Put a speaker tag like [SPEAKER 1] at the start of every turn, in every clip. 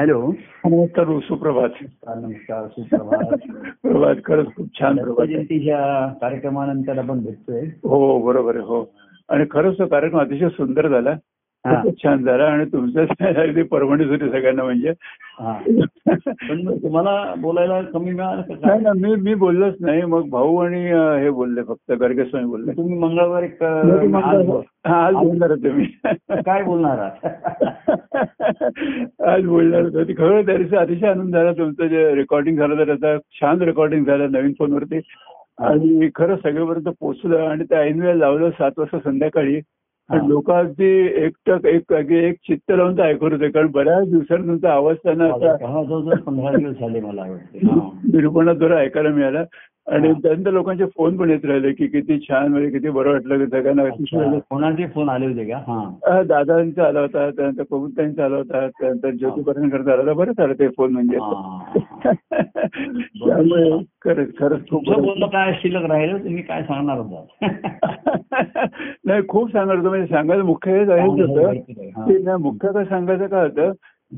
[SPEAKER 1] Hello
[SPEAKER 2] नमस्कार हो, सुप्रभात
[SPEAKER 1] नमस्कार सुप्रभात
[SPEAKER 2] प्रभात खरंच खूप छान
[SPEAKER 1] दत्त
[SPEAKER 2] प्रभात आहे.
[SPEAKER 1] जयंतीच्या कार्यक्रमानंतर आपण भेटतोय
[SPEAKER 2] हो बरोबर आहे हो आणि खरंच तो कार्यक्रम अतिशय सुंदर झाला
[SPEAKER 1] हा,
[SPEAKER 2] खूपच छान झाला आणि तुमचं अगदी परवणीच होती सगळ्यांना म्हणजे
[SPEAKER 1] हा. पण मग तुम्हाला बोलायला कमी मिळालं का
[SPEAKER 2] नाही
[SPEAKER 1] काय?
[SPEAKER 2] ना मी मी बोललोच नाही मग भाऊ आणि अं, हे बोलले फक्त गर्गे स्वामी बोलले
[SPEAKER 1] तुम्ही मंगळवारी क- आज बोल.
[SPEAKER 2] हा, आज बोलणार होते मी
[SPEAKER 1] काय बोलणार आहात
[SPEAKER 2] आज बोलणार होतो ते खरं त्याचा अतिशय आनंद झाला तुमचं जे रेकॉर्डिंग झालं तर आता छान रेकॉर्डिंग झालं नवीन फोनवरती आणि खरं सगळ्यापर्यंत पोहोचलं आणि त्या ऐन वेळेला लावलं सात वाजता संध्याकाळी आणि
[SPEAKER 1] हा.
[SPEAKER 2] लोक अगदी एकटक एक अगदी एक चित्त लावून ते ऐकत होते कारण बऱ्याच दिवसांनी तुमचा आवाज त्यांना असा
[SPEAKER 1] हा, जवळजवळ पंधरा दिवस झाले मला वाटते हा.
[SPEAKER 2] निरूपणात जरा ऐकायला मिळाला आणि
[SPEAKER 1] हा.
[SPEAKER 2] त्यानंतर लोकांचे फोन पण येत राहिले की किती छान म्हणजे किती बरं वाटलं की सगळ्यांना
[SPEAKER 1] अच्छा. कोणाचे फोन आले होते का हा
[SPEAKER 2] अ, दादांचा आला होता त्यानंतर कबुतांचा आला होता त्यानंतर ज्योतिपर्यंत आला होता बरंच आलं ते फोन म्हणजे
[SPEAKER 1] हा.
[SPEAKER 2] त्यामुळे खरंच खरंच खूप
[SPEAKER 1] तुमचं बोलणं काय शिल्लक राहिलं तुम्ही काय सांगणार होता
[SPEAKER 2] नाही खूप सांगायचं होतं म्हणजे सांगायचं मुख्य हेच आहे होतं
[SPEAKER 1] हा.
[SPEAKER 2] की ना मुख्य काय सांगायचं काय होतं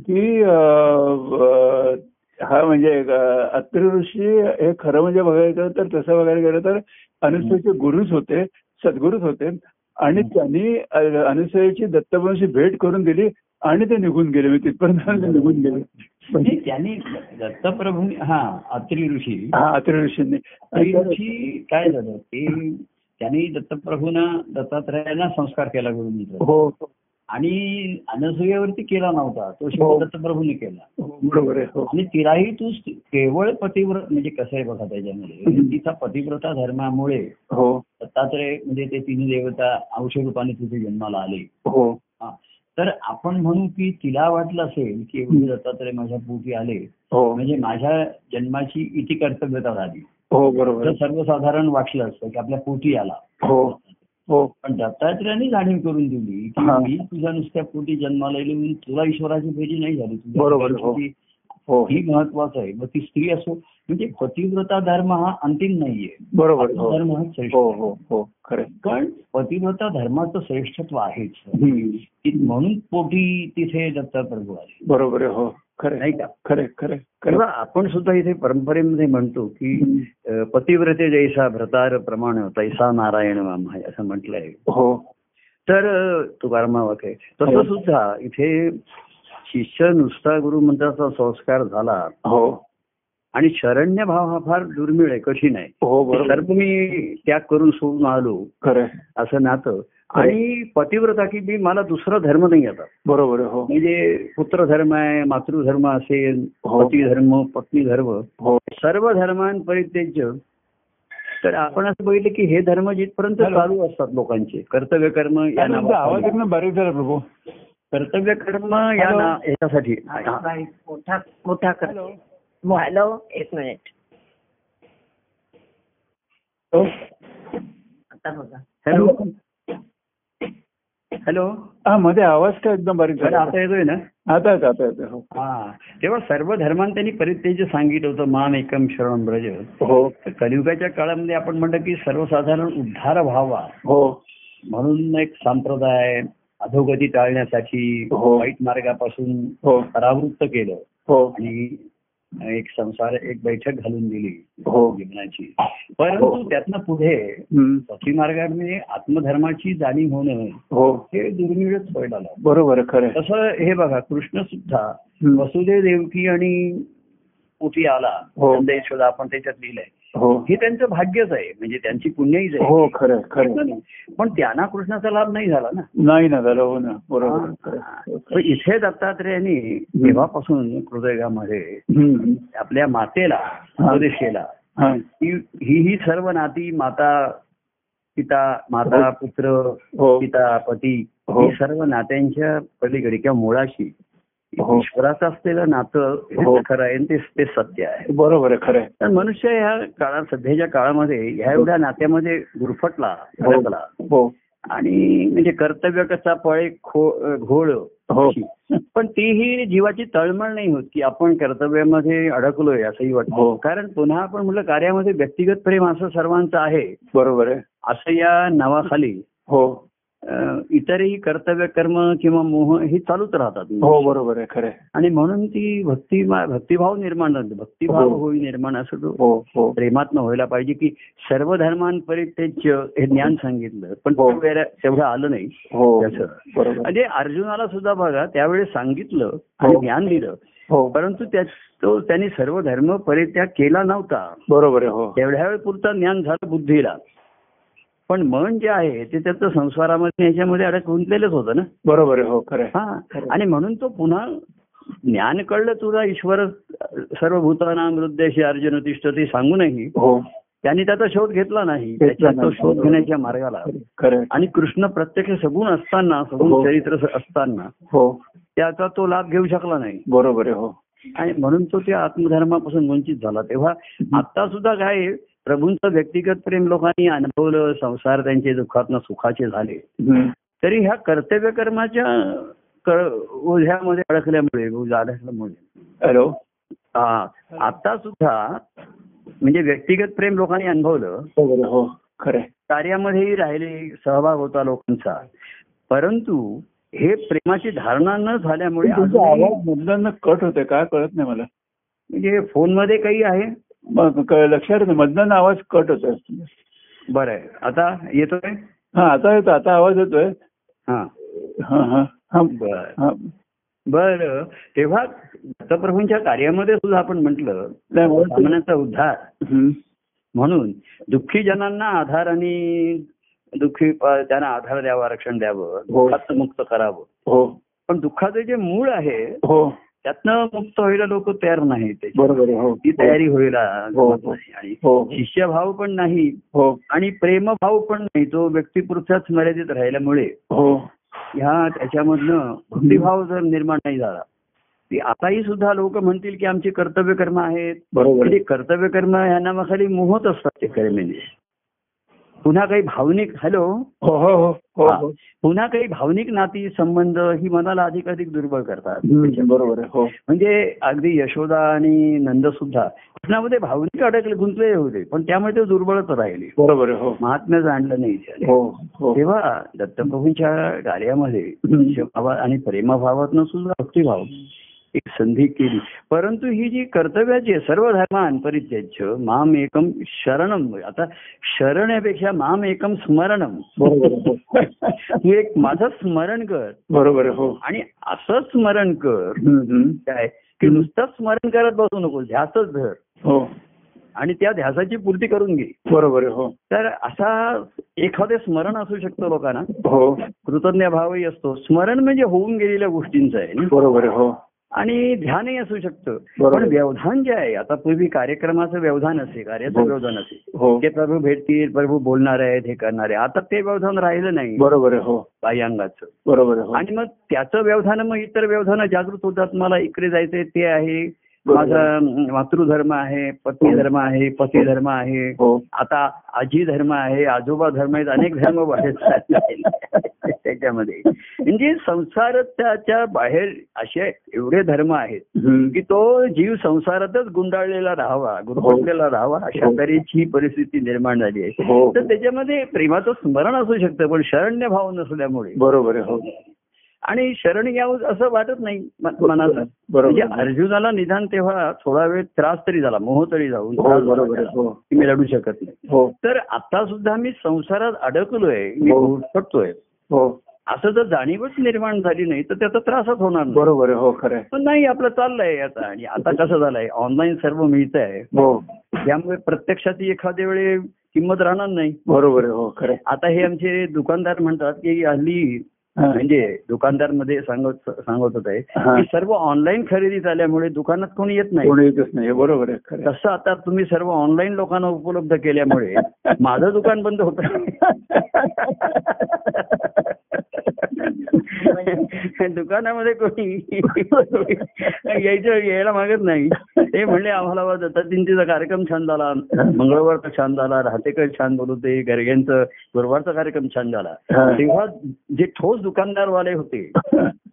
[SPEAKER 2] की अ, अ, हा म्हणजे एक, अ, अत्रि ऋषी हे खरं म्हणजे बघायचं तर तसं बघायला गेलं तर अनुसूयाचे गुरुच होते सद्गुरूच होते आणि
[SPEAKER 1] हम्म.
[SPEAKER 2] त्यांनी अ, अनुसूयाची दत्तप्रभूंशी भेट करून दिली आणि ते निघून गेले म्हणजे तिथपर्यंत ते निघून गेले
[SPEAKER 1] म्हणजे त्यांनी दत्तप्रभू हा अत्री ऋषी
[SPEAKER 2] हा अत्रि ऋषींनी
[SPEAKER 1] अत्री ऋषी काय झालं ते त्यांनी दत्तप्रभूंना दत्तात्रयांना संस्कार केला गुरु
[SPEAKER 2] हो हो,
[SPEAKER 1] आणि अनसुयावरती केला नव्हता तो
[SPEAKER 2] हो.
[SPEAKER 1] शिव दत्तप्रभूंनी केला
[SPEAKER 2] बरोबर आहे हो
[SPEAKER 1] आणि तिलाही तू केवळ पतिव्रत म्हणजे कसं आहे बघा त्याच्यामध्ये
[SPEAKER 2] हम्म.
[SPEAKER 1] तिचा पतिव्रता धर्मामुळे
[SPEAKER 2] हो
[SPEAKER 1] दत्तात्रय म्हणजे ते तिन्ही देवता अंश रूपाने तिथे जन्माला आले
[SPEAKER 2] हो
[SPEAKER 1] हा. तर आपण म्हणू की तिला वाटलं असेल की एवढे दत्तात्रय माझ्या पोटी आले
[SPEAKER 2] हो
[SPEAKER 1] म्हणजे माझ्या जन्माची इति कर्तव्यता झाली
[SPEAKER 2] हो बरोबर
[SPEAKER 1] तर
[SPEAKER 2] आहे.
[SPEAKER 1] सर्वसाधारण वाटलं असतं की आपल्या पोटी आला
[SPEAKER 2] हो हो
[SPEAKER 1] पण दत्तात्रयाने जाणीव करून दिली की
[SPEAKER 2] हा.
[SPEAKER 1] मी तुझ्या नुसत्या पोटी जन्माला येईल म्हणून तुला ईश्वराची भेटी नाही झाली तुझ्या
[SPEAKER 2] बरोबर, हो.
[SPEAKER 1] पोटी.
[SPEAKER 2] हो
[SPEAKER 1] ही महत्वाचं आहे मग ती स्त्री असो म्हणजे पतिव्रता धर्म हा अंतिम नाहीये
[SPEAKER 2] बरोबर आहे, हो
[SPEAKER 1] धर्म हा श्रेष्ठ
[SPEAKER 2] हो हो हो खरं आहे.
[SPEAKER 1] पण पतिव्रता धर्माचं श्रेष्ठत्व आहेच
[SPEAKER 2] हम्म.
[SPEAKER 1] ती- म्हणून पोटी तिथे दत्तप्रभू आले
[SPEAKER 2] बरोबर आहे हो खरं आहे.
[SPEAKER 1] नाही का
[SPEAKER 2] खरं आहे, खरं आहे, खरं
[SPEAKER 3] किंवा
[SPEAKER 2] आहे.
[SPEAKER 3] आपण सुद्धा इथे परंपरेमध्ये म्हणतो की
[SPEAKER 2] हम्म.
[SPEAKER 3] अ, पतिव्रते जैसा भ्रतार प्रमाण तैसा नारायण मामा आहे असं म्हटलंय
[SPEAKER 2] हो
[SPEAKER 3] तर अ, तुकारामा वाक्य
[SPEAKER 2] हो.
[SPEAKER 3] तसं सुद्धा इथे शिष्य नुसता गुरुमंत्राचा संस्कार झाला
[SPEAKER 2] हो
[SPEAKER 3] आणि शरण्य भाव हा फार दुर्मिळ आहे कठीण आहे
[SPEAKER 2] हो बरोबर
[SPEAKER 3] सर्व मी त्याग करून सोडून आलो
[SPEAKER 2] खरं आहे.
[SPEAKER 3] असं नातं
[SPEAKER 2] हो.
[SPEAKER 3] आणि पतिव्रता की मी मला दुसरा धर्म नाही आता
[SPEAKER 2] बरोबर आहे, हो
[SPEAKER 3] म्हणजे पुत्र धर्म आहे मातृधर्म असेल
[SPEAKER 2] हो.
[SPEAKER 3] पती धर्म पत्नी धर्म
[SPEAKER 2] हो
[SPEAKER 3] सर्व धर्मान परित्यज्य तर आपण असं बघितलं की हे धर्म जिथपर्यंत
[SPEAKER 2] Hello.
[SPEAKER 3] चालू असतात लोकांचे कर्तव्य कर्म या
[SPEAKER 2] आणि तुमचा आवाज
[SPEAKER 3] नावाखाली.
[SPEAKER 2] एकदम बारीक झाला प्रभू
[SPEAKER 3] कर्तव्य कर्म या
[SPEAKER 4] Hello.
[SPEAKER 3] ना याच्यासाठी हा.
[SPEAKER 4] बाई, मोठा मोठा कर
[SPEAKER 2] हॅलो
[SPEAKER 4] हॅलो एक मिनिट आता बघा
[SPEAKER 3] हॅलो हॅलो
[SPEAKER 2] हा मध्ये आवाज काय एकदम बारीक
[SPEAKER 3] बरं,
[SPEAKER 2] झाला
[SPEAKER 3] आता येतोय ना
[SPEAKER 2] आता येतो, आता येतो, हो
[SPEAKER 3] हा तेव्हा सर्व धर्मान त्यांनी परित्यज्य सांगितलं होतं माम एकम शरण ब्रज
[SPEAKER 2] हो
[SPEAKER 3] तर कलियुगाच्या काळामध्ये आपण म्हणलं की सर्वसाधारण उद्धार व्हावा
[SPEAKER 2] हो
[SPEAKER 3] म्हणून एक संप्रदाय अधोगती टाळण्यासाठी
[SPEAKER 2] हो.
[SPEAKER 3] वाईट मार्गापासून
[SPEAKER 2] हो
[SPEAKER 3] परावृत्त केलं
[SPEAKER 2] हो
[SPEAKER 3] आणि एक संसार एक बैठक घालून दिली
[SPEAKER 2] हो
[SPEAKER 3] जीवनाची परंतु त्यातनं पुढे
[SPEAKER 2] हम्म.
[SPEAKER 3] भक्ती मार्गाने आत्मधर्माची जाणीव होणं
[SPEAKER 2] हो
[SPEAKER 3] हे दुर्मिळच व्हायला लागलं
[SPEAKER 2] बरोबर आहे, खरं आहे.
[SPEAKER 3] तसं हे बघा कृष्ण सुद्धा
[SPEAKER 2] हम्म.
[SPEAKER 3] वसुदेव देवकी आणि पोटी आला
[SPEAKER 2] हो.
[SPEAKER 3] नंदेश्वर आपण त्याच्यात लिहिलंय
[SPEAKER 2] हो
[SPEAKER 3] हे त्यांचं भाग्यच आहे म्हणजे त्यांची पुण्याईच आहे
[SPEAKER 2] हो खरं आहे, खरं आहे.
[SPEAKER 3] पण त्यांना कृष्णाचा लाभ नाही झाला ना
[SPEAKER 2] नाही ना झालं हो ना बरोबर आहे, खरं आहे.
[SPEAKER 3] पण इथे दत्तात्रेयांनी तेव्हापासून हृदयामध्ये
[SPEAKER 2] हम्म.
[SPEAKER 3] आपल्या मातेला उपदेशेला
[SPEAKER 2] हा.
[SPEAKER 3] ही ही ही सर्व नाती माता पिता माता पुत्र
[SPEAKER 2] हो
[SPEAKER 3] पिता पती
[SPEAKER 2] हो.
[SPEAKER 3] ही सर्व नात्यांच्या पलीकडे किंवा मुळाशी
[SPEAKER 2] हो.
[SPEAKER 3] ईश्वराचं असलेलं नातं
[SPEAKER 2] हो.
[SPEAKER 3] हे खरं आहे आणि ते ते सत्य आहे
[SPEAKER 2] बरोबर आहे खरं आहे.
[SPEAKER 3] तर मनुष्य ह्या काळात सध्याच्या काळामध्ये ह्या एवढ्या नात्यामध्ये गुरफटला अडकला
[SPEAKER 2] हो
[SPEAKER 3] आणि म्हणजे कर्तव्य कसा पळे खो घोळ
[SPEAKER 2] हो
[SPEAKER 3] पण तीही जीवाची तळमळ नाही होत की आपण कर्तव्यामध्ये अडकलोय असंही
[SPEAKER 2] हो.
[SPEAKER 3] वाटतं कारण पुन्हा आपण म्हटलं कार्यामध्ये व्यक्तिगत प्रेम असं सर्वांचं आहे
[SPEAKER 2] बरोबर आहे
[SPEAKER 3] असं या नावाखाली
[SPEAKER 2] हो
[SPEAKER 3] अं, इतरही कर्तव्य कर्म किंवा मोह हे चालूच राहतात
[SPEAKER 2] हो बरोबर आहे खरं आहे.
[SPEAKER 3] आणि म्हणून ती भक्ती भक्तिभाव निर्माण झाला भक्तिभाव
[SPEAKER 2] हो.
[SPEAKER 3] होई निर्माण असं तो
[SPEAKER 2] हो हो
[SPEAKER 3] प्रेमात्म व्हायला पाहिजे की सर्व धर्मांपरित्यज हे ज्ञान सांगितलं पण
[SPEAKER 2] हो.
[SPEAKER 3] त्यावेळेला तेवढं आलं नाही
[SPEAKER 2] हो
[SPEAKER 3] त्याचं.
[SPEAKER 2] बरोबर
[SPEAKER 3] म्हणजे अर्जुनाला सुद्धा बघा त्यावेळेस सांगितलं आणि
[SPEAKER 2] हो.
[SPEAKER 3] ज्ञान दिलं
[SPEAKER 2] हो
[SPEAKER 3] परंतु त्या- तो त्यांनी सर्व धर्म परित्याग केला नव्हता
[SPEAKER 2] बरोबर आहे हो
[SPEAKER 3] तेवढ्या वेळ पुरता ज्ञान झालं बुद्धीला पण मन जे आहे ते त्याचं संसारामध्ये ह्याच्यामध्ये अडक गुंतलेलंच होतं ना
[SPEAKER 2] बरोबर आहे हो खरं आहे.
[SPEAKER 3] हा
[SPEAKER 2] खरं.
[SPEAKER 3] आणि म्हणून तो पुन्हा ज्ञान कळलं तुला ईश्वर सर्व भूताना मृद्देशी अर्जुन तिष्ठती सांगूनही
[SPEAKER 2] हो
[SPEAKER 3] त्यांनी त्याचा शोध घेतला नाही
[SPEAKER 2] घेतला
[SPEAKER 3] त्याच्या तो
[SPEAKER 2] नाही. हो.
[SPEAKER 3] शोध घेण्याच्या मार्गाला
[SPEAKER 2] खरं आहे.
[SPEAKER 3] आणि कृष्ण प्रत्यक्ष सगुण असताना सगुण
[SPEAKER 2] हो.
[SPEAKER 3] चरित्र स- असताना
[SPEAKER 2] हो
[SPEAKER 3] त्याचा तो लाभ घेऊ शकला नाही
[SPEAKER 2] बरोबर आहे हो
[SPEAKER 3] आणि म्हणून तो त्या आत्मधर्मापासून वंचित झाला तेव्हा आता सुद्धा काय आहे, प्रभूंचं व्यक्तिगत प्रेम लोकांनी अनुभवलं संसार त्यांचे दुःखातनं सुखाचे झाले
[SPEAKER 2] हम्म.
[SPEAKER 3] तरी ह्या कर्तव्य कर्माच्या ओझ्यामध्ये अडकल्यामुळे ओझ्या अडकल्यामुळे
[SPEAKER 2] हॅलो
[SPEAKER 3] हा, आता सुद्धा म्हणजे व्यक्तिगत प्रेम लोकांनी अनुभवलं
[SPEAKER 2] बरोबर आहे, हो खरं आहे.
[SPEAKER 3] कार्यामध्येही राहिले सहभाग होता लोकांचा परंतु हे प्रेमाची धारणा न झाल्यामुळे
[SPEAKER 2] तुमचा
[SPEAKER 3] अजूनही
[SPEAKER 2] आवाज मधनं कट होतोय काय कळत नाही मला
[SPEAKER 3] म्हणजे फोनमध्ये काही आहे
[SPEAKER 2] मग क- लक्षात येत नाही मधनं आवाज कट होतोय
[SPEAKER 3] बरं आहे आता येतोय
[SPEAKER 2] हा आता येतो आता आवाज येतोय
[SPEAKER 3] हा
[SPEAKER 2] हा हा हा
[SPEAKER 3] बर
[SPEAKER 2] हा.
[SPEAKER 3] बर तेव्हा दत्तप्रभूंच्या कार्यामध्ये सुद्धा आपण म्हटलं
[SPEAKER 2] नाही मला-
[SPEAKER 3] सामन्याचा उद्धार
[SPEAKER 2] हम्म.
[SPEAKER 3] म्हणून दुःखी जनांना आधार आणि दुःखी अ, त्यांना आधार द्यावा आरक्षण द्यावं
[SPEAKER 2] हो.
[SPEAKER 3] दुःखात मुक्त करावं
[SPEAKER 2] हो
[SPEAKER 3] पण दुःखाचं जे मूळ आहे
[SPEAKER 2] हो
[SPEAKER 3] त्यातनं मुक्त व्हायला लोक तयार नाही
[SPEAKER 2] बरोबर आहे, हो
[SPEAKER 3] ती तयारी व्हायला
[SPEAKER 2] हो.
[SPEAKER 3] जमत नाही. आणि
[SPEAKER 2] हो
[SPEAKER 3] शिष्यभाव पण नाही
[SPEAKER 2] हो
[SPEAKER 3] आणि प्रेमभाव पण नाही तो व्यक्तिपुरताच मर्यादित राहिल्यामुळे
[SPEAKER 2] हो
[SPEAKER 3] ह्या त्याच्यामधनं भक्तिभाव जर निर्माण नाही झाला ती आताही सुद्धा लोक म्हणतील की आमची कर्तव्य कर्म आहेत
[SPEAKER 2] बरोबर आहे.
[SPEAKER 3] म्हणजे कर्तव्य कर्म ह्या नावाखाली मोहत असतात ते कर्मेने पुन्हा काही भावनिक हॅलो
[SPEAKER 2] हो हो हो हो
[SPEAKER 3] हा.
[SPEAKER 2] हो
[SPEAKER 3] पुन्हा काही भावनिक नाती संबंध ही मनाला अधिक अधिक दुर्बळ करतात
[SPEAKER 2] हम्म, बरोबर आहे हो
[SPEAKER 3] म्हणजे अगदी यशोदा आणि नंद सुद्धा कृष्णामध्ये भावनिक अडकले गुंतले होते पण त्यामुळे ते दुर्बळच राहिले
[SPEAKER 2] बरोबर आहे हो
[SPEAKER 3] महात्म्याचं आणलं नाही त्याने.
[SPEAKER 2] हो हो
[SPEAKER 3] तेव्हा दत्तप्रभूंच्या कार्यामध्ये शिवभावा आणि प्रेमभावातनं सुद्धा भक्तिभाव एक संधी केली परंतु ही जी कर्तव्याची आहे, सर्व धर्मान परित्यज्य माम एकम शरणम आता शरण यापेक्षा माम एकम स्मरणम
[SPEAKER 2] बरोबर आहे, हो.
[SPEAKER 3] तू एक माझं स्मरण कर
[SPEAKER 2] बरोबर आहे, हो
[SPEAKER 3] आणि असं स्मरण कर
[SPEAKER 2] हम्म, हम्म.
[SPEAKER 3] काय की नुसतं स्मरण करत बसू नको ध्यासच धर
[SPEAKER 2] हो
[SPEAKER 3] आणि त्या ध्यासाची पूर्ती करून घे
[SPEAKER 2] बरोबर आहे, हो
[SPEAKER 3] तर असा एखादे स्मरण असू शकतो लोकांना
[SPEAKER 2] हो
[SPEAKER 3] कृतज्ञ भावही असतो स्मरण म्हणजे होऊन गेलेल्या गोष्टींचं आहे ना
[SPEAKER 2] बरोबर आहे, हो
[SPEAKER 3] आणि ध्यानही असू शकतं
[SPEAKER 2] बरोबर.
[SPEAKER 3] पण व्यवधान जे आहे आता पूर्वी कार्यक्रमाचं व्यवधान असे कार्याचं
[SPEAKER 2] हो.
[SPEAKER 3] व्यवधान असे
[SPEAKER 2] हो
[SPEAKER 3] ते प्रभू भेटतील प्रभू बोलणार आहेत हे करणार आहे आता ते व्यवधान राहिलं नाही
[SPEAKER 2] बरोबर आहे, हो
[SPEAKER 3] बाह्यांगाचं
[SPEAKER 2] बरोबर आहे, हो
[SPEAKER 3] आणि मग त्याचं व्यवधान मग इतर व्यवधान जागृत होतात मला इकडे जायचंय ते आहे
[SPEAKER 2] बरोबर.
[SPEAKER 3] माझा अं, मातृधर्म आहे पत्नी धर्म आहे पती धर्म आहे
[SPEAKER 2] हो
[SPEAKER 3] आता आजी धर्म आहे आजोबा धर्म आहेत अनेक धर्म वाढत चालले त्याच्यामध्ये म्हणजे संसार त्याच्या बाहेर असे एवढे धर्म आहेत
[SPEAKER 2] हम्म.
[SPEAKER 3] की तो जीव संसारातच गुंडाळलेला राहावा गुरफटलेला राहावा अशा
[SPEAKER 2] हो.
[SPEAKER 3] तऱ्हेची परिस्थिती निर्माण झाली आहे
[SPEAKER 2] हो
[SPEAKER 3] तर त्याच्यामध्ये प्रेमाचं स्मरण असू शकतं पण शरण्य भाव नसल्यामुळे
[SPEAKER 2] बरोबर आहे, हो
[SPEAKER 3] आणि शरण यावं असं वाटत नाही मन- मनाला म्हणजे
[SPEAKER 2] बरोबर आहे.
[SPEAKER 3] अर्जुनाला निदान तेव्हा थोडा वेळ त्रास तरी झाला मोह तरी जाऊन
[SPEAKER 2] हो
[SPEAKER 3] त्रास झाला
[SPEAKER 2] बरोबर आहे,
[SPEAKER 3] त्याला.
[SPEAKER 2] हो
[SPEAKER 3] की मी लढू शकत नाही
[SPEAKER 2] हो
[SPEAKER 3] तर आता सुद्धा मी संसारात अडकलोय मी
[SPEAKER 2] हो.
[SPEAKER 3] घुटपटतोय
[SPEAKER 2] हो
[SPEAKER 3] असं जर जाणीवच निर्माण झाली नाही तर त्याचा त्रासच होणार नाही
[SPEAKER 2] बरोबर आहे, हो खरं आहे.
[SPEAKER 3] पण नाही आपलं चाललंय आता आणि आता कसं झालंय ऑनलाईन सर्व मिळत आहे
[SPEAKER 2] हो
[SPEAKER 3] त्यामुळे प्रत्यक्षाची एखाद्या वेळे किंमत राहणार नाही
[SPEAKER 2] बरोबर आहे, हो खरं आहे.
[SPEAKER 3] आता हे आमचे दुकानदार म्हणतात की हल्ली
[SPEAKER 2] हा.
[SPEAKER 3] म्हणजे दुकानदार मध्ये सांगत सांगत होते
[SPEAKER 2] हा.
[SPEAKER 3] की सर्व ऑनलाईन खरेदी झाल्यामुळे दुकानात कोणी येत नाही
[SPEAKER 2] कोणी येतच नाही बरोबर आहे खरं आहे.
[SPEAKER 3] तसं आता तुम्ही सर्व ऑनलाईन लोकांना उपलब्ध केल्यामुळे माझं दुकान बंद होत दुकानामध्ये कोणी यायचं यायला मागत नाही ते म्हणले आम्हाला बा दत्ताजींचा कार्यक्रम छान झाला मंगळवारचा छान झाला राहतेकर छान बोलवते गर्ग्यांचं गुरुवारचा कार्यक्रम छान झाला तेव्हा जे ठोस दुकानदारवाले होते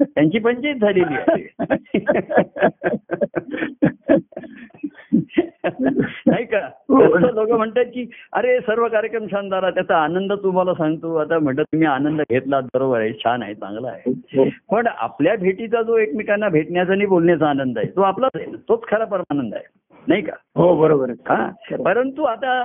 [SPEAKER 3] त्यांची पंचायत झालेली आहे नाही का लोक म्हणतात की अरे सर्व कार्यक्रम छान झाला त्याचा आनंद तुम्हाला सांगतो आता म्हणतात तुम्ही आनंद घेतला बरोबर आहे छान आहे चांगला आहे पण आपल्या भेटीचा जो एकमेकांना भेटण्याचा आणि बोलण्याचा आनंद आहे तो आपलाच आहे तोच खरा परमानंद आहे नाही का
[SPEAKER 2] हो बरोबर आहे
[SPEAKER 3] हा परंतु आता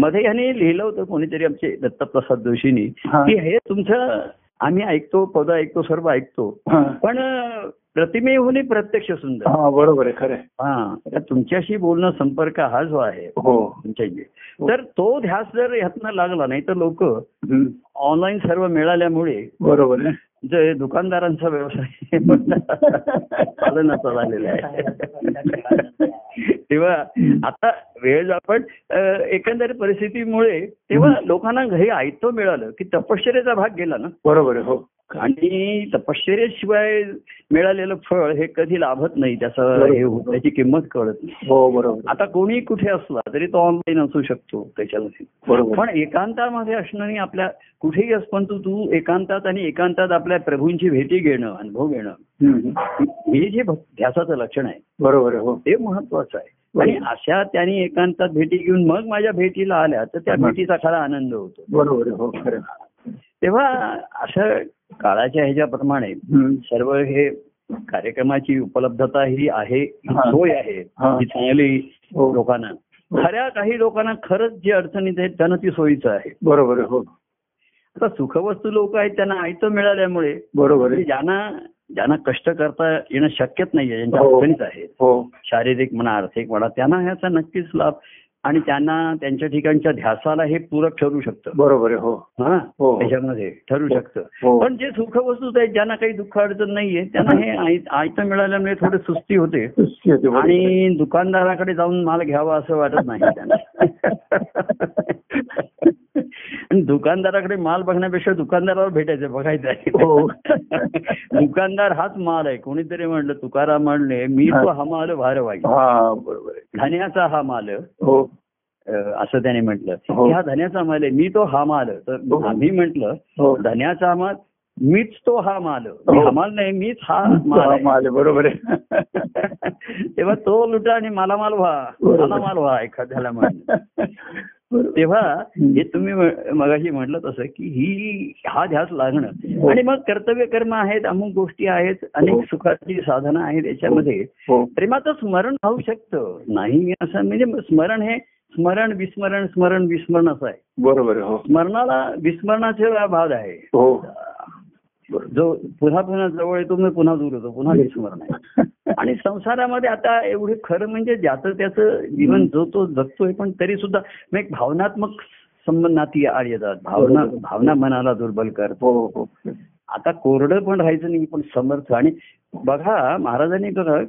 [SPEAKER 3] मध्ये ह्याने लिहिलं होतं कोणीतरी आमचे दत्तप्रसाद जोशींनी
[SPEAKER 2] हा.
[SPEAKER 3] की हे तुमचं आम्ही ऐकतो पद ऐकतो सर्व ऐकतो
[SPEAKER 2] हा.
[SPEAKER 3] पण अं, प्रतिमेहूनही प्रत्यक्ष सुंदर
[SPEAKER 2] हा बरोबर आहे खरं आहे.
[SPEAKER 3] हा तर तुमच्याशी बोलणं संपर्क हा जो आहे
[SPEAKER 2] हो
[SPEAKER 3] तुमच्या इथे. तर तो ध्यास जर ह्यातनं लागला नाही तर लोक
[SPEAKER 2] हम्म.
[SPEAKER 3] ऑनलाईन सर्व मिळाल्यामुळे
[SPEAKER 2] बरोबर आहे
[SPEAKER 3] जे दुकानदारांचा व्यवसाय चालनाचा झालेला आहे तेव्हा आता वेळ जो आपण अ, एकंदरीत परिस्थितीमुळे तेव्हा लोकांना घरी आयतं मिळालं की तपश्चर्याचा भाग गेला ना
[SPEAKER 2] बरोबर आहे हो
[SPEAKER 3] आणि तपश्चर्याशिवाय मिळालेलं फळ हे कधी लाभत नाही त्याचं हे होत- त्याची किंमत कळत नाही
[SPEAKER 2] हो बरोबर आहे.
[SPEAKER 3] आता कोणी कुठे असला तरी तो ऑनलाईन असू शकतो त्याच्यामध्ये
[SPEAKER 2] बरोबर आहे.
[SPEAKER 3] पण एकांतामध्ये असणं आणि आपल्या कुठेही असं पण तू तू एकांतात आणि एकांतात आपल्या प्रभूंची भेटी घेणं अनुभव घेणं
[SPEAKER 2] हम्म.
[SPEAKER 3] हे जे भक- ध्यासाचं लक्षण आहे
[SPEAKER 2] बरोबर आहे हो
[SPEAKER 3] ते महत्वाचं आहे आणि अशा त्यांनी एकांतात भेटी घेऊन मग माझ्या भेटीला आल्या तर त्या भेटीचा खरा आनंद होतो
[SPEAKER 2] बरोबर आहे हो खरं आहे.
[SPEAKER 3] तेव्हा अशा काळाच्या ह्याच्याप्रमाणे
[SPEAKER 2] हम्म.
[SPEAKER 3] सर्व हे कार्यक्रमाची उपलब्धता ही आहे ही
[SPEAKER 2] हा.
[SPEAKER 3] सोय आहे
[SPEAKER 2] हा.
[SPEAKER 3] ही चांगली
[SPEAKER 2] हो.
[SPEAKER 3] लोकांना खऱ्या काही लोकांना खरंच जे अडचणीत आहेत त्यांना ती सोयीचं आहे
[SPEAKER 2] बरोबर आहे हो
[SPEAKER 3] आता सुखवस्तू लोक आहेत त्यांना आयतं मिळाल्यामुळे
[SPEAKER 2] बरोबर
[SPEAKER 3] म्हणजे
[SPEAKER 2] आहे
[SPEAKER 3] ज्यांना ज्यांना कष्ट करता येणं शक्यच नाहीये ज्यांच्या
[SPEAKER 2] हो.
[SPEAKER 3] अडचणीत आहेत
[SPEAKER 2] हो
[SPEAKER 3] शारीरिक म्हणा आर्थिक म्हणा त्यांना ह्याचा नक्कीच लाभ आणि त्यांना त्यांच्या ठिकाणच्या ध्यासाला हे पूरक ठरू शकतं
[SPEAKER 2] बरोबर आहे हो
[SPEAKER 3] हा
[SPEAKER 2] हो.
[SPEAKER 3] त्याच्यामध्ये ठरू
[SPEAKER 2] हो.
[SPEAKER 3] शकतं पण जे सुखवस्तू आहेत ज्यांना काही दुःख अडचण नाहीये त्यांना हे आय- आयतं मिळाल्यामुळे थोडी सुस्ती होते
[SPEAKER 2] सुस्ती होते, बरोबर.
[SPEAKER 3] आणि दुकानदाराकडे जाऊन माल घ्यावा असं वाटत नाही त्यांना आणि दुकानदाराकडे माल बघण्यापेक्षा दुकानदारावर भेटायचं बघायचं
[SPEAKER 2] हो.
[SPEAKER 3] आहे दुकानदार हाच माल आहे कोणीतरी म्हणलं तुकाराम म्हणले मी तो हा माल भारवाई
[SPEAKER 2] हो. हा बरोबर आहे
[SPEAKER 3] धन्याचा हा माल
[SPEAKER 2] हो
[SPEAKER 3] अं, असं त्याने म्हटलं
[SPEAKER 2] हो.
[SPEAKER 3] की हा धन्याचा माल आहे मी तो हा माल
[SPEAKER 2] हो.
[SPEAKER 3] तर आम्ही म्हटलं
[SPEAKER 2] हो
[SPEAKER 3] धन्याचा हा माल मीच तो हा माल मी
[SPEAKER 2] हो.
[SPEAKER 3] हा माल नाही मीच हा माल
[SPEAKER 2] हा,
[SPEAKER 3] आहे.
[SPEAKER 2] माल आहे, बरोबर आहे
[SPEAKER 3] तेव्हा तो लुटा आणि मला माल व्हा
[SPEAKER 2] बरोबर.
[SPEAKER 3] मला माल व्हा एखाद्याला म्हण
[SPEAKER 2] बरोबर.
[SPEAKER 3] तेव्हा हे तुम्ही म- मगाशी म्हटलं तसं की ही हा ध्यास लागणं आणि मग कर्तव्य कर्म आहेत अमुक गोष्टी आहेत
[SPEAKER 2] हो.
[SPEAKER 3] अनेक सुखाची साधनं आहेत याच्यामध्ये
[SPEAKER 2] हो
[SPEAKER 3] प्रेमाचं स्मरण होऊ शकतं नाही असं म्हणजे स्मरण हे स्मरण विस्मरण स्मरण विस्मरण असं आहे
[SPEAKER 2] बरोबर आहे हो
[SPEAKER 3] स्मरणाला विस्मरणाचा भाग आहे
[SPEAKER 2] हो
[SPEAKER 3] जो पुन्हा पुन्हा जवळ येतो म्हणजे पुन्हा दूर होतो पुन्हा विस्मरण आहे आणि संसारामध्ये आता एवढे खरं म्हणजे ज्याचं त्याचं जीवन जो तो जगतोय पण तरी सुद्धा मग एक भावनात्मक संबंध नाती आड येतात भावना
[SPEAKER 2] बरोबर.
[SPEAKER 3] भावना मनाला दुर्बल करतो
[SPEAKER 2] हो हो
[SPEAKER 3] आता कोरडं पण राहायचं नाही पण समर्थ आणि बघा महाराजांनी बघा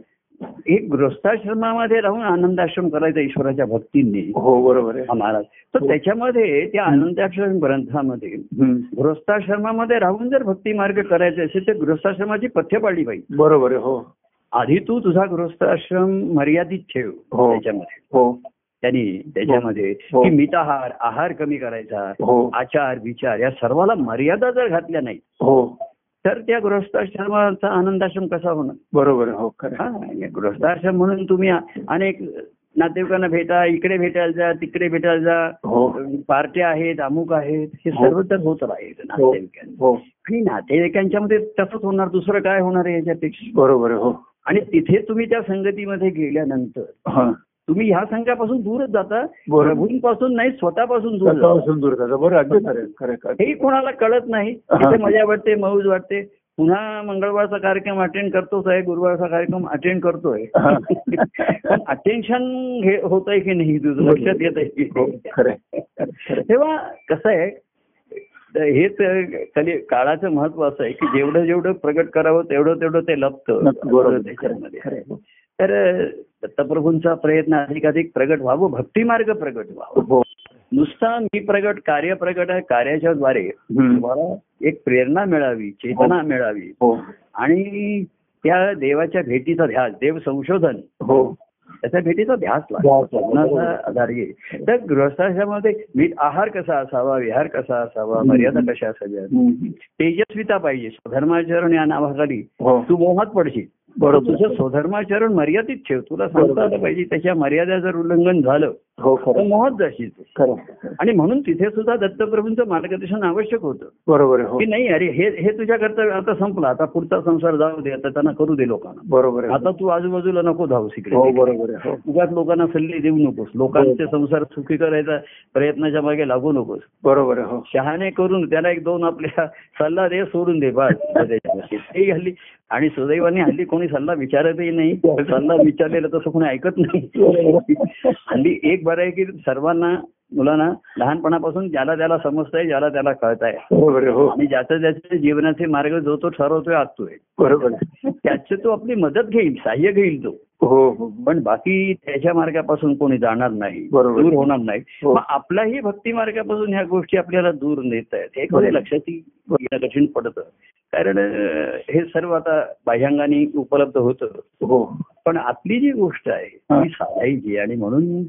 [SPEAKER 3] एक गृहस्थाश्रमामध्ये राहून आनंदाश्रम करायचा ईश्वराच्या भक्तींनी
[SPEAKER 2] हो बरोबर आहे
[SPEAKER 3] हा महाराज तर त्याच्यामध्ये त्या आनंदाश्रम ग्रंथामध्ये
[SPEAKER 2] हम्म.
[SPEAKER 3] गृहस्थाश्रमामध्ये राहून जर भक्ती मार्ग करायचे असेल तर गृहस्थाश्रमाची पथ्य पाडली पाहिजे
[SPEAKER 2] बरोबर आहे हो
[SPEAKER 3] आधी तू तुझा गृहस्थाश्रम मर्यादित ठेव
[SPEAKER 2] हो.
[SPEAKER 3] त्याच्यामध्ये
[SPEAKER 2] हो
[SPEAKER 3] त्यांनी त्याच्यामध्ये
[SPEAKER 2] हो.
[SPEAKER 3] की मिताहार आहार कमी करायचा
[SPEAKER 2] हो
[SPEAKER 3] आचार विचार या सर्वाला मर्यादा जर घातल्या नाही
[SPEAKER 2] हो
[SPEAKER 3] तर त्या गृहस्थाश्रमाचा आनंदाश्रम कसा होणार
[SPEAKER 2] बरोबर आहे हो खरं आहे.
[SPEAKER 3] हा, या गृहस्थाश्रम म्हणून तुम्ही अ- अनेक नातेवाईकांना भेटा इकडे भेटायला जा तिकडे भेटायला जा
[SPEAKER 2] हो
[SPEAKER 3] पार्ट्या आहेत अमुक आहेत हे
[SPEAKER 2] हो.
[SPEAKER 3] सर्व तर होत राहील
[SPEAKER 2] हो
[SPEAKER 3] नातेवाईकांना
[SPEAKER 2] हो
[SPEAKER 3] आणि नातेवाईकांच्या मध्ये तसंच होणार दुसरं काय होणार आहे याच्यापेक्षा
[SPEAKER 2] बरोबर आहे हो
[SPEAKER 3] आणि तिथे तुम्ही त्या संगतीमध्ये गेल्यानंतर
[SPEAKER 2] हा
[SPEAKER 3] तुम्ही ह्या संघापासून दूरच जाता
[SPEAKER 2] बरोबर.
[SPEAKER 3] प्रभूंपासून नाही स्वतःपासून दूर जाता
[SPEAKER 2] स्वतःपासून दूर जायचं. बरं अगदी खरं आहे, खरं आहे, खरं आहे.
[SPEAKER 3] हे कोणाला कळत नाही
[SPEAKER 2] हा.
[SPEAKER 3] तिथे मजा वाटते मौज वाटते पुन्हा मंगळवारचा कार्यक्रम अटेंड करतोच आहे गुरुवारचा कार्यक्रम अटेंड करतोय
[SPEAKER 2] हा.
[SPEAKER 3] पण अटेन्शन हे होत आहे की नाही तुझं लक्षात येत आहे की
[SPEAKER 2] हो,
[SPEAKER 3] नाही?
[SPEAKER 2] खरं आहे, खरं आहे, खरं आहे.
[SPEAKER 3] तेव्हा कसं आहे हेच खाली काळाचं महत्व असं आहे की जेवढं जेवढं प्रगट करावं तेवढं तेवढं ते लपतं
[SPEAKER 2] बरोबर आहे, खरं आहे,
[SPEAKER 3] त्याच्यामध्ये.
[SPEAKER 2] खरं आहे.
[SPEAKER 3] तर दत्तप्रभूंचा प्रयत्न अधिकाधिक प्रगट व्हावं भक्तिमार्ग प्रगट व्हावं
[SPEAKER 2] हो
[SPEAKER 3] नुसता मी प्रगट कार्य प्रगट आहे कार्याच्या द्वारे
[SPEAKER 2] हम्म.
[SPEAKER 3] तुम्हाला एक प्रेरणा मिळावी चेतना मिळावी
[SPEAKER 2] हो
[SPEAKER 3] आणि त्या देवाच्या भेटीचा ध्यास देव संशोधन
[SPEAKER 2] हो
[SPEAKER 3] त्याच्या भेटीचा ध्यास
[SPEAKER 2] ध्यास लागतो.
[SPEAKER 3] लागतो आधार येईल तर गृहस्थाश्रमामध्ये मी आहार कसा असावा विहार कसा असावा मर्यादा कशा असाव्या
[SPEAKER 2] हम्म.
[SPEAKER 3] तेजस्विता पाहिजे धर्माचरण या नावाखाली
[SPEAKER 2] हो
[SPEAKER 3] तू मोहात पडशील
[SPEAKER 2] बरोबर.
[SPEAKER 3] तुझं स्वधर्माचरण मर्यादित ठेव तुला
[SPEAKER 2] बरोबर.
[SPEAKER 3] सांगता आलं पाहिजे त्याच्या मर्यादा जर उल्लंघन झालं
[SPEAKER 2] हो
[SPEAKER 3] तर
[SPEAKER 2] खरं
[SPEAKER 3] मोहात जाशील तू.
[SPEAKER 2] खरं
[SPEAKER 3] आणि म्हणून तिथे सुद्धा दत्तप्रभूंचं मार्गदर्शन आवश्यक होतं
[SPEAKER 2] बरोबर आहे, हो
[SPEAKER 3] की नाही अरे हे हे तुझ्या करता आता संपला आता पुढचा संसार जाऊ दे आता त्यांना करू दे लोकांना
[SPEAKER 2] बरोबर आहे
[SPEAKER 3] आता तू आजूबाजूला नको धावू इकडे
[SPEAKER 2] हो बरोबर आहे हो
[SPEAKER 3] उगाच लोकांना सल्ले देऊ नकोस लोकांचे संसार सुखी करायचा प्रयत्नाच्या मागे लागू नकोस
[SPEAKER 2] बरोबर आहे हो
[SPEAKER 3] शहाणे करून त्याला एक दोन आपल्या सल्ला दे सोडून दे बस ते हल्ली आणि सुदैवाने हल्ली कोणी सल्ला विचारतही नाही सल्ला विचारलेला तसं कोणी ऐकत नाही हल्ली एक बरं आहे की सर्वांना मुलांना लहानपणापासून ज्याला त्याला समजतंय ज्याला त्याला कळताय
[SPEAKER 2] बरोबर आहे हो
[SPEAKER 3] आणि ज्याच्या ज्याच्या जीवनाचे मार्ग जो तो ठरवतोय आखतोय
[SPEAKER 2] बरोबर आहे
[SPEAKER 3] त्याची तो आपली मदत घेईल सहाय्य घेईल तो
[SPEAKER 2] हो हो
[SPEAKER 3] पण बाकी त्याच्या मार्गापासून कोणी जाणार नाही
[SPEAKER 2] बरोबर.
[SPEAKER 3] दूर होणार नाही
[SPEAKER 2] हो.
[SPEAKER 3] मग आपलाही भक्ती मार्गापासून ह्या गोष्टी आपल्याला दूर नेत आहेत हे कधी
[SPEAKER 2] बरोबर.
[SPEAKER 3] लक्षात येणं कठीण पडतं कारण अं, हे सर्व आता बाह्यांगाने उपलब्ध होतं
[SPEAKER 2] हो
[SPEAKER 3] पण आपली जी गोष्ट आहे
[SPEAKER 2] हा.
[SPEAKER 3] ती साधायची आणि म्हणून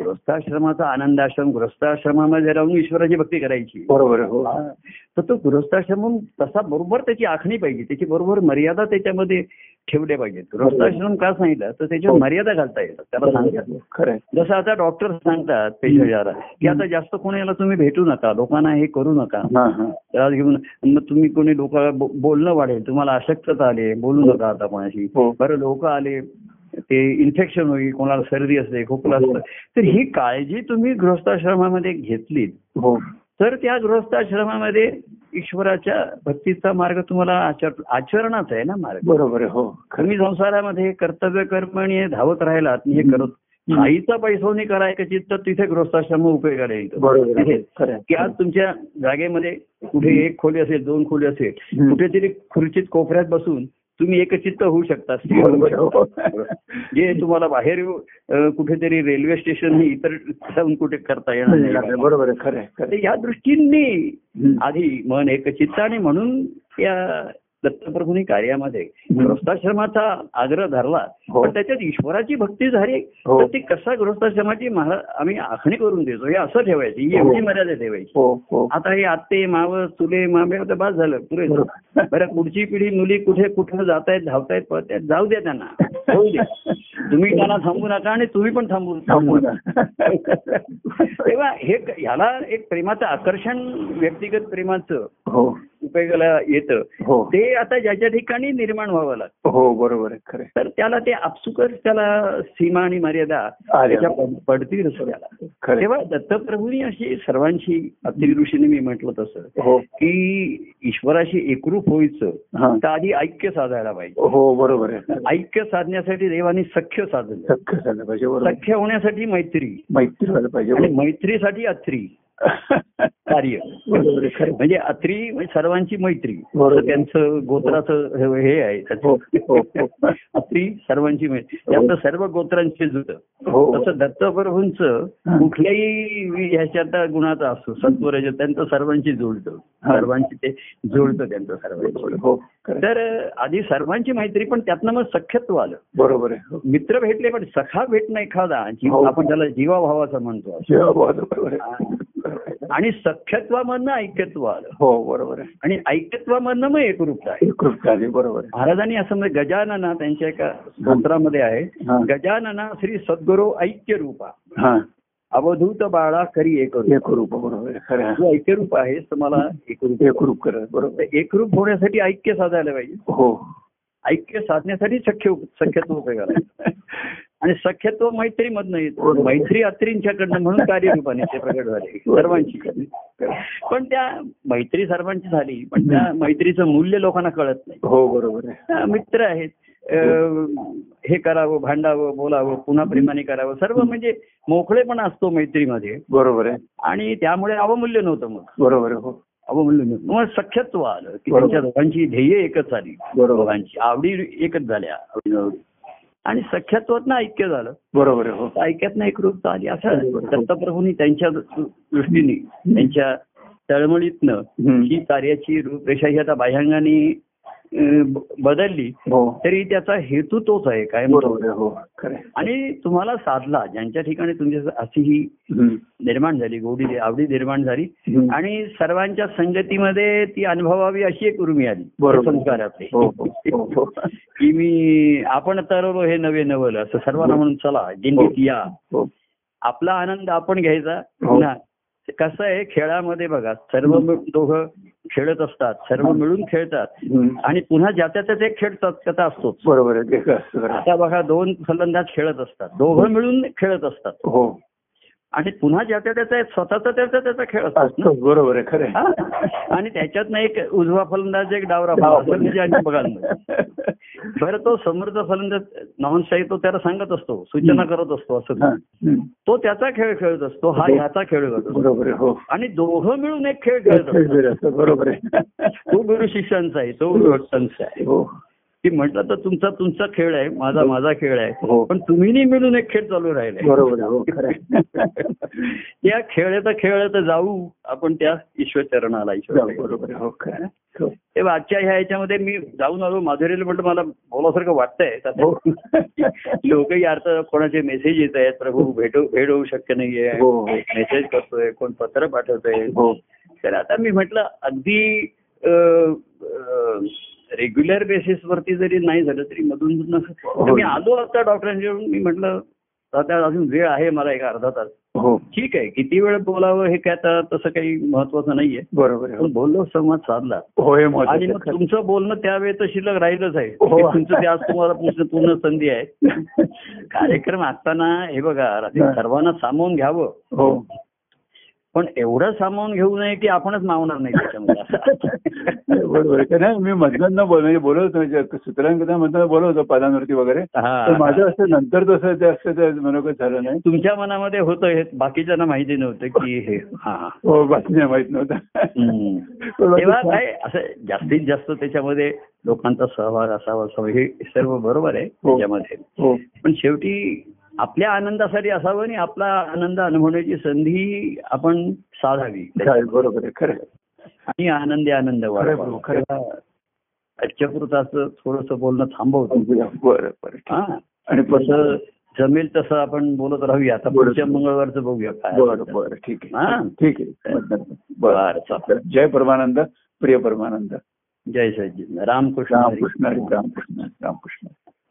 [SPEAKER 3] गृहस्थाश्रमाचा आनंद आश्रम गृहस्थाश्रमामध्ये राहून ईश्वराची भक्ती करायची
[SPEAKER 2] बरोबर आहे हो
[SPEAKER 3] हा. तर तो गृहस्थाश्रम तसा बरोबर त्याची आखणी पाहिजे त्याची बरोबर मर्यादा त्याच्यामध्ये ठेवल्या पाहिजेत गृहस्थाश्रम का सांगितलं तर त्याच्यावर
[SPEAKER 2] हो.
[SPEAKER 3] मर्यादा घालता येतात त्याला सांगतात
[SPEAKER 2] खरं आहे
[SPEAKER 3] जसं आता डॉक्टर सांगतात पेशंटला की आता जास्त कोणाला तुम्ही भेटू नका लोकांना हे करू नका
[SPEAKER 2] हा हा
[SPEAKER 3] त्रास घेऊन मग तुम्ही कोणी लोक बोलणं वाढेल तुम्हाला अशक्तता आली बोलू नका आता कोणाशी
[SPEAKER 2] हो.
[SPEAKER 3] बरं लोक आले ते इन्फेक्शन होईल कोणाला सर्दी असते खोकला असतं
[SPEAKER 2] हो.
[SPEAKER 3] तर ही काळजी तुम्ही गृहस्थाश्रमामध्ये घेतलीत
[SPEAKER 2] हो
[SPEAKER 3] तर त्या गृहस्थाश्रमामध्ये ईश्वराच्या भक्तीचा मार्ग तुम्हाला आचर आचरणाचा आहे ना मार्ग
[SPEAKER 2] बरोबर आहे हो खरं
[SPEAKER 3] तुम्ही संसारामध्ये कर्तव्य कर्मणी धावत राहिलात आणि हे करत
[SPEAKER 2] हम्म.
[SPEAKER 3] आईचा पैसोनी कराय का चित्त तिथे गृहस्थाश्रम उपयोगाला येईल
[SPEAKER 2] बरोबर आहे हो.
[SPEAKER 3] तिथे.
[SPEAKER 2] खरं आहे.
[SPEAKER 3] की आज तुमच्या जागेमध्ये कुठे एक खोली असेल दोन खोली असेल
[SPEAKER 2] हम्म.
[SPEAKER 3] कुठेतरी खुर्चीत कोपऱ्यात बसून तुम्ही एकचित्त होऊ शकता स्थिर होऊ
[SPEAKER 2] बरोबर
[SPEAKER 3] शकता.
[SPEAKER 2] आहे, हो.
[SPEAKER 3] जे तुम्हाला बाहेर अ, कुठेतरी रेल्वे स्टेशन हे इतर जाऊन कुठे करता येणार नाही
[SPEAKER 2] हो बरोबर आहे खरं आहे खरं
[SPEAKER 3] तर
[SPEAKER 2] आहे.
[SPEAKER 3] या दृष्टीने
[SPEAKER 2] हम्म.
[SPEAKER 3] आधी मन एकचित्त आणि म्हणून या दत्तप्रभूंनी कार्यामध्ये
[SPEAKER 2] हम्म.
[SPEAKER 3] गृहस्थाश्रमाचा आग्रह धरला
[SPEAKER 2] हो.
[SPEAKER 3] पण त्याच्यात ईश्वराची भक्ती झाली
[SPEAKER 2] हो.
[SPEAKER 3] तर ती कसा गृहस्थाश्रमाची महाराज आम्ही आखणी करून देतो हे असं ठेवायची ही
[SPEAKER 2] हो.
[SPEAKER 3] एवढी मर्यादा ठेवायची
[SPEAKER 2] हो हो
[SPEAKER 3] आता हे आत्ते माव चुले मामे आता बाद झालं पुरे
[SPEAKER 2] बरोबर.
[SPEAKER 3] बरं पुढची पिढी मुली कुठे कुठे जात आहेत धावतायत पळतायत जाऊ द्या त्यांना जाऊ द्या तुम्ही त्यांना थांबू नका आणि तुम्ही पण थांबू थांबू
[SPEAKER 2] थांबू
[SPEAKER 3] नका
[SPEAKER 2] नका.
[SPEAKER 3] तेव्हा हे ह्याला एक प्रेमाचं आकर्षण व्यक्तिगत प्रेमाचं
[SPEAKER 2] हो
[SPEAKER 3] उपयोगाला येतं
[SPEAKER 2] हो
[SPEAKER 3] ते आता ज्याच्या ठिकाणी निर्माण व्हावं लागतं
[SPEAKER 2] हो बरोबर आहे खरं आहे.
[SPEAKER 3] तर त्याला ते आपसुकच त्याला सीमा आणि मर्यादा
[SPEAKER 2] आल्या.
[SPEAKER 3] त्याच्या पड- पडतील त्याला
[SPEAKER 2] खरं आहे.
[SPEAKER 3] तेव्हा दत्तप्रभूंनी अशी सर्वांशी अतिऋषीने मी म्हटलं तसं
[SPEAKER 2] हो
[SPEAKER 3] की ईश्वराशी एकरूप व्हायचं
[SPEAKER 2] हा
[SPEAKER 3] तर आधी ऐक्य साधायला पाहिजे
[SPEAKER 2] हो बरोबर आहे
[SPEAKER 3] ऐक्य साधण्यासाठी देवाने सख्य साधलं
[SPEAKER 2] सख्य झालं पाहिजे बरोबर
[SPEAKER 3] सख्य होण्यासाठी मैत्री
[SPEAKER 2] मैत्री झालं पाहिजे
[SPEAKER 3] आणि
[SPEAKER 2] बरोबर.
[SPEAKER 3] मैत्रीसाठी अत्री कार्य
[SPEAKER 2] बरोबर आहे, खरं आहे.
[SPEAKER 3] म्हणजे अत्री म्हणजे सर्वांची मैत्री
[SPEAKER 2] बरोबर.
[SPEAKER 3] तर त्यांचं गोत्राचं हे- हे आहे
[SPEAKER 2] हो, हो, हो.
[SPEAKER 3] अत्री सर्वांची मैत्री त्यातलं सर्व गोत्रांचे जुत
[SPEAKER 2] हो
[SPEAKER 3] तसं दत्तप्रभूंचं
[SPEAKER 2] हा.
[SPEAKER 3] कुठल्याही ह्याच्यात गुणाचा असतो सत्वरज त्यांचं सर्वांची जुळतं
[SPEAKER 2] हा.
[SPEAKER 3] सर्वांची ते जुळतं त्यांचं सर्वांची
[SPEAKER 2] हो खरं आहे.
[SPEAKER 3] तर आधी सर्वांची मैत्री पण त्यातनं मग सख्यत्व आलं
[SPEAKER 2] बरोबर आहे हो.
[SPEAKER 3] मित्र भेटले पण सखा भेटणं एखादा जीव
[SPEAKER 2] हो.
[SPEAKER 3] आपण त्याला जीवाभावाचा म्हणतो असं.
[SPEAKER 2] जेव्हा बरोबर आहे.
[SPEAKER 3] आणि सख्यत्वामधनं ऐक्यत्व आलं
[SPEAKER 2] हो बरोबर आहे
[SPEAKER 3] आणि ऐक्यत्वामधनं मग एकरूपता आहे
[SPEAKER 2] एकरूप झाली बरोबर आहे
[SPEAKER 3] महाराजांनी असं म्हणजे गजानना त्यांच्या एका स्तोत्रामध्ये
[SPEAKER 2] हा.
[SPEAKER 3] आहे गजानना श्री सद्गुरू ऐक्य रूपा
[SPEAKER 2] हा
[SPEAKER 3] अवधूत बाळा करी एकरूप
[SPEAKER 2] एकरूप बरोबर आहे खरं आहे.
[SPEAKER 3] तू ऐक्यरूप आहेस तर मला एकरूप
[SPEAKER 2] एकरूप करत बरोबर
[SPEAKER 3] तर एकरूप होण्यासाठी ऐक्य साधायला पाहिजे
[SPEAKER 2] आहे. हो
[SPEAKER 3] ऐक्य साधण्यासाठी सख्य सख्यत्व उपयोगाला येतं. आणि सख्यत्व मैत्रीमधनं येतं मैत्री अत्रींच्याकडनं म्हणून कार्यरूपाने ते प्रगट झाले सर्वांची पण त्या मैत्री सर्वांची झाली पण त्या मैत्रीचं मूल्य लोकांना कळत नाही
[SPEAKER 2] हो बरोबर आहे
[SPEAKER 3] हा, मित्र आहेत अं, हे करावं भांडावं बोलावं पुन्हा प्रेमाने करावं सर्व म्हणजे मोकळेपणा असतो मैत्रीमध्ये
[SPEAKER 2] बरोबर आहे
[SPEAKER 3] आणि त्यामुळे अवमूल्य नव्हतं मग
[SPEAKER 2] बरोबर आहे हो
[SPEAKER 3] अवमूल्य नव्हतं मग सख्यत्व आलं की
[SPEAKER 2] बरोबर.
[SPEAKER 3] त्यांच्या दोघांची ध्येय एकच आली
[SPEAKER 2] बरोबर.
[SPEAKER 3] दोघांची आवडी एकच झाल्या आवडीनिवडी. आणि सख्यत्वात ऐक्य झालं
[SPEAKER 2] बरोबर आहे हो
[SPEAKER 3] ऐक्यातनं एकरूपता आली असं
[SPEAKER 2] बरोबर.
[SPEAKER 3] दत्तप्रभूंनी त्यांच्या दृष्टीने त्यांच्या तळमळीतनं
[SPEAKER 2] हम्म.
[SPEAKER 3] ही कार्याची रूपरेषा ही आता बाह्यांगाने अं, ब- बदलली
[SPEAKER 2] हो
[SPEAKER 3] तरी त्याचा हेतू तोच आहे काय म्हणतो
[SPEAKER 2] बरोबर आहे हो खरं आहे.
[SPEAKER 3] आणि तुम्हाला साधला ज्यांच्या ठिकाणी तुमची अशी ही
[SPEAKER 2] हम्म.
[SPEAKER 3] निर्माण झाली गोडी आवडी निर्माण झाली
[SPEAKER 2] हम्म.
[SPEAKER 3] आणि सर्वांच्या संगतीमध्ये ती अनुभवावी अशी एक उर्मी आली
[SPEAKER 2] बरोबर.
[SPEAKER 3] संस्कारातली
[SPEAKER 2] हो, हो, हो, हो.
[SPEAKER 3] की की मी आपण तरलो हे नवे नवल असं सर्वांना म्हणून चला दिंडीत या
[SPEAKER 2] हो.
[SPEAKER 3] आपला आनंद आपण घ्यायचा
[SPEAKER 2] हो.
[SPEAKER 3] ना कसं आहे खेळामध्ये बघा सर्व मिळून दोघं खेळत असतात सर्व मिळून खेळतात
[SPEAKER 2] हम्म.
[SPEAKER 3] आणि पुन्हा ज्याच्या त्याचा एक खेळ कथा असतो
[SPEAKER 2] बरोबर आहे ते असं करा.
[SPEAKER 3] आता बघा दोन फलंदाज खेळत असतात दोघं मिळून खेळत असतात
[SPEAKER 2] हो
[SPEAKER 3] आणि पुन्हा ज्याच्या त्याचा एक स्वतःचा त्याचा त्याचा खेळ असतो ना.
[SPEAKER 2] असतं बरोबर आहे खरं आहे.
[SPEAKER 3] हा. आणि त्याच्यात ना एक उजवा फलंदाज एक डावरा फलंदाज असं म्हणजे आणि बघायला बरं तो समोरचा फलंदाज नॉन तो त्याला सांगत असतो सूचना करत असतो
[SPEAKER 2] हा. हो.
[SPEAKER 3] असं
[SPEAKER 2] हम्म.
[SPEAKER 3] तो त्याचा खेळ खेळत असतो हा ह्याचा खेळ करत असतो
[SPEAKER 2] बरोबर आहे हो
[SPEAKER 3] आणि दोघं मिळून एक खेळ खेळत असतात
[SPEAKER 2] बरोबर आहे, बरोबर आहे
[SPEAKER 3] तो गुरु शिष्यांचा आहे तो गुरु भक्तांचा आहे
[SPEAKER 2] हो
[SPEAKER 3] की म्हटलं तर तुमचा तुमचा खेळ आहे माझा माझा खेळ
[SPEAKER 2] हो.
[SPEAKER 3] आहे पण तुम्हीनी मिळून एक खेळ चालू राहिलाय
[SPEAKER 2] बरोबर आहे हो खरं आहे.
[SPEAKER 3] त्या खेळत खेळत जाऊ आपण त्या ईश्वर चरणाला ईश्वर
[SPEAKER 2] बरोबर आहे, हो खरं आहे. हो.
[SPEAKER 3] ते आजच्या ह्या याच्यामध्ये मी जाऊन आलो माधुरीला म्हटलं मला बोलासारखं वाटतंय
[SPEAKER 2] हो.
[SPEAKER 3] लोकही अर्थ कोणाचे मेसेज येत आहेत प्रभू भेटू भेट होऊ शक्य नाहीये
[SPEAKER 2] हो.
[SPEAKER 3] मेसेज करतोय कोण पत्र पाठवतोय
[SPEAKER 2] हो
[SPEAKER 3] तर आता मी म्हटलं अगदी रेग्युलर बेसिसवरती जरी नाही झालं तरी मधून मधून असं-
[SPEAKER 2] हो.
[SPEAKER 3] तर मी आलो आता डॉक्टरांच्याकडून मी म्हटलं आता अजून वेळ आहे मला एक अर्धा तास
[SPEAKER 2] हो
[SPEAKER 3] ठीक आहे किती वेळ बोलावं हे काय आता तसं काही महत्वाचं नाहीये
[SPEAKER 2] बरोबर आहे,
[SPEAKER 3] पण बोललो संवाद साधला
[SPEAKER 2] हो होय
[SPEAKER 3] आणि
[SPEAKER 2] महत्वाचं
[SPEAKER 3] मग तुमचं बोलणं त्यावेळेत शिल्लक राहिलंच आहे
[SPEAKER 2] हो.
[SPEAKER 3] हे तुमचं ते आज तुम्हाला पूर्ण पूर्ण संधी आहे कार्यक्रम असताना हे बघा रात्री
[SPEAKER 2] हा.
[SPEAKER 3] सर्वांना सामावून घ्यावं
[SPEAKER 2] हो
[SPEAKER 3] पण एवढं सामावून घेऊ नये की आपणच मावणार नाही त्याच्यामध्ये असं.
[SPEAKER 2] बरोबर आहे. का नाही मी मधनं बोल म्हणजे बोलत होतो सूत्रांकडे मधनं बोलवतो पादांवरती वगैरे तर
[SPEAKER 3] हा.
[SPEAKER 2] माझं असं नंतर तसं ते असं ते मनोगत झालं नाही
[SPEAKER 3] तुमच्या मनामध्ये होतं हे बाकीच्यांना माहिती नव्हतं की हे हा
[SPEAKER 2] हो बातमी माहित नव्हतं
[SPEAKER 3] हम्म. तेव्हा काय असं जास्तीत जास्त त्याच्यामध्ये लोकांचा सहभाग असावा असावा हे सर्व बरोबर आहे त्याच्यामध्ये
[SPEAKER 2] हो
[SPEAKER 3] पण शेवटी आपल्या आनंदासाठी असावं आणि आपला आनंद अनुभवण्याची संधी आपण साधावी
[SPEAKER 2] काय, बरोबर आहे खरं आहे.
[SPEAKER 3] आणि आनंदी आनंद
[SPEAKER 2] खरं आहे प्रभू,
[SPEAKER 3] वाढवा
[SPEAKER 2] खरं आहे.
[SPEAKER 3] आजच्यापुरतं असं थोडस बोलणं थांबवतो
[SPEAKER 2] बरं बरं ठीक.
[SPEAKER 3] हा
[SPEAKER 2] आणि
[SPEAKER 3] जसं
[SPEAKER 2] परत
[SPEAKER 3] जमेल तसं आपण बोलत राहूया आता
[SPEAKER 2] बरोबर.
[SPEAKER 3] पुढच्या मंगळवारचं बघूया काय
[SPEAKER 2] बरं बरं ठीक
[SPEAKER 3] हा.
[SPEAKER 2] आहे ठीक आहे बरं.
[SPEAKER 3] बरं चला.
[SPEAKER 2] बरं जय परमानंद प्रिय परमानंद
[SPEAKER 3] जय सच्चिदानंद रामकृष्ण हरी.
[SPEAKER 2] रामकृष्ण हरी, रामकृष्ण हरी, रामकृष्ण हरी.